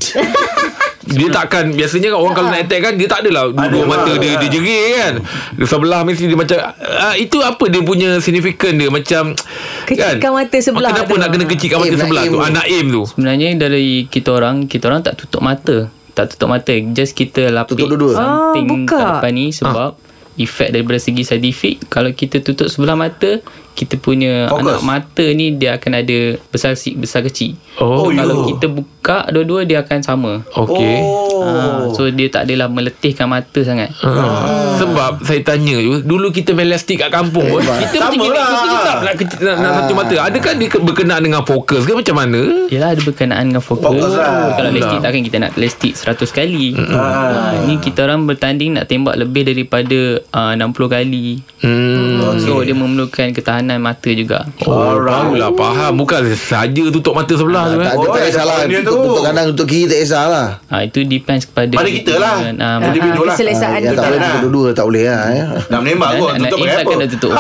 [SPEAKER 4] Dia takkan Biasanya kan orang kalau nak attack kan Dia tak adalah Dua mata dia Dia jerit kan Dia Sebelah mesti dia macam ah, Itu apa dia punya Signifikan dia Macam kan?
[SPEAKER 3] Kecilkan mata sebelah
[SPEAKER 4] Kenapa
[SPEAKER 3] tu.
[SPEAKER 4] nak kena kecilkan mata
[SPEAKER 5] Aim, nak
[SPEAKER 4] sebelah
[SPEAKER 5] aim
[SPEAKER 4] tu
[SPEAKER 5] tu.
[SPEAKER 4] Anak aim tu
[SPEAKER 8] Sebenarnya dari kita orang, kita orang tak tutup mata. Tak tutup mata. Just kita lapik
[SPEAKER 5] Tutup dua-dua.
[SPEAKER 8] something
[SPEAKER 3] Ah, buka.
[SPEAKER 8] kat depan ni sebab efek daripada segi saintifik kalau kita tutup sebelah mata kita punya
[SPEAKER 2] Fokus.
[SPEAKER 8] Focus. anak mata ni dia akan ada besar si- besar kecil.
[SPEAKER 4] Oh,
[SPEAKER 8] so,
[SPEAKER 2] ya.
[SPEAKER 8] kalau kita buka dua-dua dia akan sama.
[SPEAKER 4] Okey.
[SPEAKER 2] Oh.
[SPEAKER 8] Ah, so dia tak adalah meletihkan mata sangat.
[SPEAKER 4] Ah. Sebab saya tanya je Dulu kita main elastik kat kampung pun Kita
[SPEAKER 2] Sama
[SPEAKER 4] macam kita
[SPEAKER 2] lah.
[SPEAKER 4] Kita nak, kecil- nak, nak satu mata Adakah dia ke- berkenaan dengan fokus ke Macam mana
[SPEAKER 8] Yelah ada berkenaan dengan fokus
[SPEAKER 2] Fokus lah.
[SPEAKER 8] Kalau lestik takkan kita nak lestik 100 kali ah. Ni kita orang bertanding nak tembak lebih daripada uh, 60 kali
[SPEAKER 4] Hmm
[SPEAKER 8] So dia memerlukan ketahanan mata juga
[SPEAKER 4] Oh, barulah faham Bukan saja tutup mata sebelah tu eh.
[SPEAKER 5] Ah, Tak ada
[SPEAKER 2] Oh,
[SPEAKER 5] tak
[SPEAKER 2] ada
[SPEAKER 5] kisahlah
[SPEAKER 2] benda tu.
[SPEAKER 5] Untuk untuk kanan untuk kiri tak lah. kisahlah
[SPEAKER 8] uh, Itu depends kepada
[SPEAKER 2] Pada kita lah.
[SPEAKER 8] uh,
[SPEAKER 2] Jadi
[SPEAKER 3] Ah,
[SPEAKER 2] video lah.
[SPEAKER 3] Keselesaan
[SPEAKER 5] Ya,
[SPEAKER 3] kita
[SPEAKER 5] tak boleh
[SPEAKER 2] lah.
[SPEAKER 5] pukul dua-dua tak boleh lah ya.
[SPEAKER 2] Dah menembak
[SPEAKER 8] Nak-
[SPEAKER 2] kot
[SPEAKER 8] nak-
[SPEAKER 2] Tutup
[SPEAKER 8] nak
[SPEAKER 2] pakai
[SPEAKER 8] impact
[SPEAKER 2] apa
[SPEAKER 3] kan
[SPEAKER 8] kena tutup.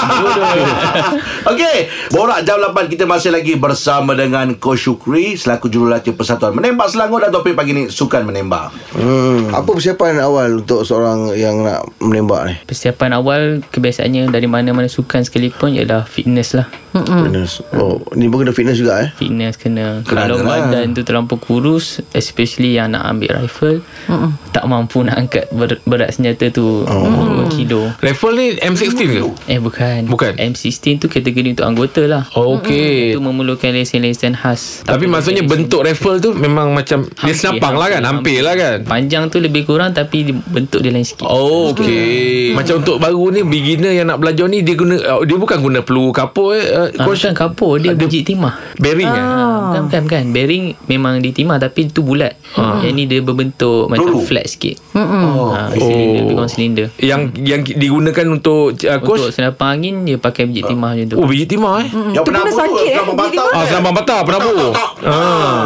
[SPEAKER 2] Okey Borak jam 8 Kita masih lagi bersama dengan Coach Syukri Selaku jurulatih Persatuan Menembak Selangor Dan topik pagi ni Sukan menembak
[SPEAKER 5] Hmm. Apa persiapan awal untuk seorang yang nak menembak ni?
[SPEAKER 8] Persiapan awal kebiasaannya dari mana-mana sukan sekalipun ialah fitness lah
[SPEAKER 5] Fitness. Oh, ni pun kena fitness juga eh.
[SPEAKER 8] fitness
[SPEAKER 2] Kena
[SPEAKER 8] kena
[SPEAKER 2] ada
[SPEAKER 8] kalau
[SPEAKER 2] lah.
[SPEAKER 8] badan tu terlampau kurus especially yang nak ambil rifle Mm-mm. tak mampu nak angkat ber- berat senjata tu oh. 2 kilo
[SPEAKER 4] Rifle ni M16 ke
[SPEAKER 8] eh bukan
[SPEAKER 4] Bukan.
[SPEAKER 8] M16 tu kategori untuk anggota lah
[SPEAKER 4] Oh, Okey
[SPEAKER 8] itu memerlukan lesen-lesen khas
[SPEAKER 4] Tapi maksudnya bentuk rifle tu Memang macam Dia senapang lah kan Hampir lah kan
[SPEAKER 8] panjang tu lebih kurang tapi di- bentuk dia lain sikit
[SPEAKER 4] Oh okey. Macam untuk baru ni beginner yang nak belajar ni dia guna oh, dia bukan guna peluru kapur eh uh,
[SPEAKER 8] Ah,
[SPEAKER 4] coach
[SPEAKER 8] bukan kapur dia biji timah
[SPEAKER 4] bearing eh.
[SPEAKER 8] Ah, Bukan, bukan, bukan. Bearing memang ditimah tapi tu bulat. Yang ni dia berbentuk macam
[SPEAKER 2] Peluru.
[SPEAKER 8] flat sikit. Oh. Ha, silinder, lebih kurang silinder.
[SPEAKER 4] Yang yang digunakan untuk uh,
[SPEAKER 8] Untuk
[SPEAKER 4] coach
[SPEAKER 8] senapang angin dia pakai biji timah macam tu.
[SPEAKER 4] Oh biji timah eh.
[SPEAKER 2] Yang
[SPEAKER 3] tu pun dah sakit, eh,
[SPEAKER 2] Berapa
[SPEAKER 3] tiba-tiba.
[SPEAKER 2] batang
[SPEAKER 4] Ah selambang patah Prabowo.
[SPEAKER 2] Ha.
[SPEAKER 4] Ah.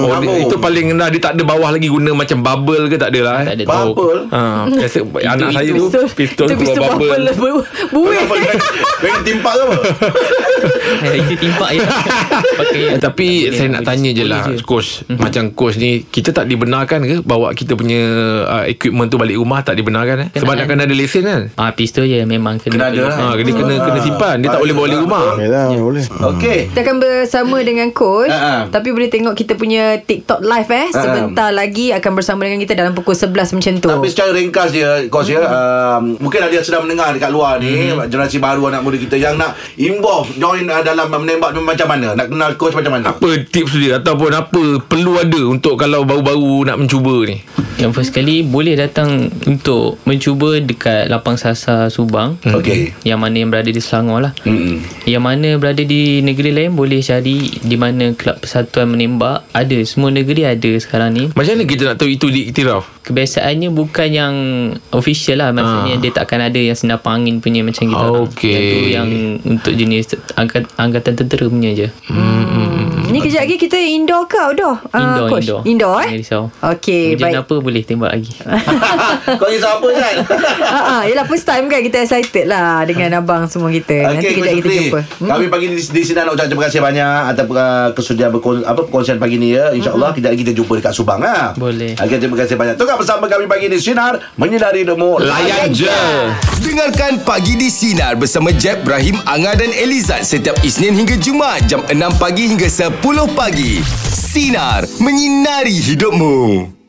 [SPEAKER 4] Oh, dia, itu paling rendah dia tak ada bawah lagi guna macam bubble ke tak adalah eh.
[SPEAKER 8] Tak ada.
[SPEAKER 2] Bubble?
[SPEAKER 4] Ha, biasa anak
[SPEAKER 8] itu-
[SPEAKER 4] saya tu
[SPEAKER 8] lah.
[SPEAKER 4] Ah, pistol
[SPEAKER 3] Itu
[SPEAKER 4] keluar
[SPEAKER 3] pistol bubble
[SPEAKER 4] bubble.
[SPEAKER 3] bu- Buih
[SPEAKER 2] Bagi timpak ke apa
[SPEAKER 8] Hari itu timpak je. Pakai
[SPEAKER 4] Eh,
[SPEAKER 8] yang-
[SPEAKER 4] tapi
[SPEAKER 8] boleh,
[SPEAKER 4] saya nak
[SPEAKER 8] boleh,
[SPEAKER 4] tanya je
[SPEAKER 8] boleh Mhm.
[SPEAKER 4] lah coach macam coach ni kita tak dibenarkan ke bawa kita punya uh, equipment tu balik rumah tak dibenarkan eh sebab nak kena ada lesen kan
[SPEAKER 8] Ah pistol je memang
[SPEAKER 2] Kena
[SPEAKER 8] kena.
[SPEAKER 2] ada lah.
[SPEAKER 4] ha dia kena kena simpan dia tak boleh bawa balik rumah
[SPEAKER 5] Yalah, ya. boleh.
[SPEAKER 2] Okey
[SPEAKER 3] Kita akan bersama dengan coach
[SPEAKER 2] Ah, ah.
[SPEAKER 3] Tapi boleh tengok kita punya TikTok live eh Sebentar lagi akan bersama dengan kita dalam pukul 11 macam tu
[SPEAKER 2] Tapi secara ringkas dia Kos ya um, Mungkin ada yang sedang mendengar Dekat luar ni
[SPEAKER 4] Hmm.
[SPEAKER 2] Generasi baru anak muda kita Yang nak involve Join uh, dalam menembak tu macam mana Nak kenal coach macam mana
[SPEAKER 4] apa tips dia ataupun apa perlu ada untuk kalau baru-baru nak mencuba ni
[SPEAKER 8] Yang first kali boleh datang untuk mencuba dekat lapang sasar Subang.
[SPEAKER 4] Hmm.
[SPEAKER 2] Okey Hmm.
[SPEAKER 8] Yang mana yang berada di Selangor lah.
[SPEAKER 2] Mm-mm.
[SPEAKER 8] Yang mana berada di negeri lain boleh cari di mana kelab persatuan menembak ada semua negeri ada sekarang ni.
[SPEAKER 4] macam mana kita nak tahu itu diiktiraf
[SPEAKER 8] Kebiasaannya bukan yang official lah maksudnya dia takkan ada yang senapang angin punya macam kita. orang.
[SPEAKER 4] Okey.
[SPEAKER 8] Yang tu yang untuk jenis angkat, angkatan tentera punya je.
[SPEAKER 3] Hmm. Ni kejap lagi kita indoor ke outdoor? Ah,
[SPEAKER 8] Indoor,
[SPEAKER 3] coach?
[SPEAKER 8] indoor.
[SPEAKER 3] Indoor eh
[SPEAKER 8] Jangan risau.
[SPEAKER 3] Okey
[SPEAKER 8] Hujan
[SPEAKER 3] baik
[SPEAKER 8] apa boleh tembak lagi.
[SPEAKER 2] Kau kisah apa Zat
[SPEAKER 3] Ah, ah, Yelah first time kan Kita excited lah Dengan abang semua kita Nanti
[SPEAKER 2] Okey,
[SPEAKER 3] kejap
[SPEAKER 2] Coach
[SPEAKER 3] kita
[SPEAKER 2] Jupri.
[SPEAKER 3] jumpa Hmm?
[SPEAKER 4] Hmm.
[SPEAKER 2] Kami pagi ni di, di sini nak ucap terima kasih banyak atas uh, kesudian berkon, apa perkongsian pagi ni ya. InsyaAllah
[SPEAKER 4] Hmm.
[SPEAKER 2] mm-hmm. kejap lagi kita jumpa dekat Subang ha.
[SPEAKER 8] Boleh.
[SPEAKER 2] Okey, terima kasih banyak. Tengok bersama kami pagi ni sinar menyinari demo.
[SPEAKER 4] layan je
[SPEAKER 1] Dengarkan Pagi di Sinar bersama Jeb, Ibrahim, Anga dan Elizad setiap Isnin hingga Jumaat jam 6 pagi hingga 10 pagi. Sinar, menyinari hidupmu.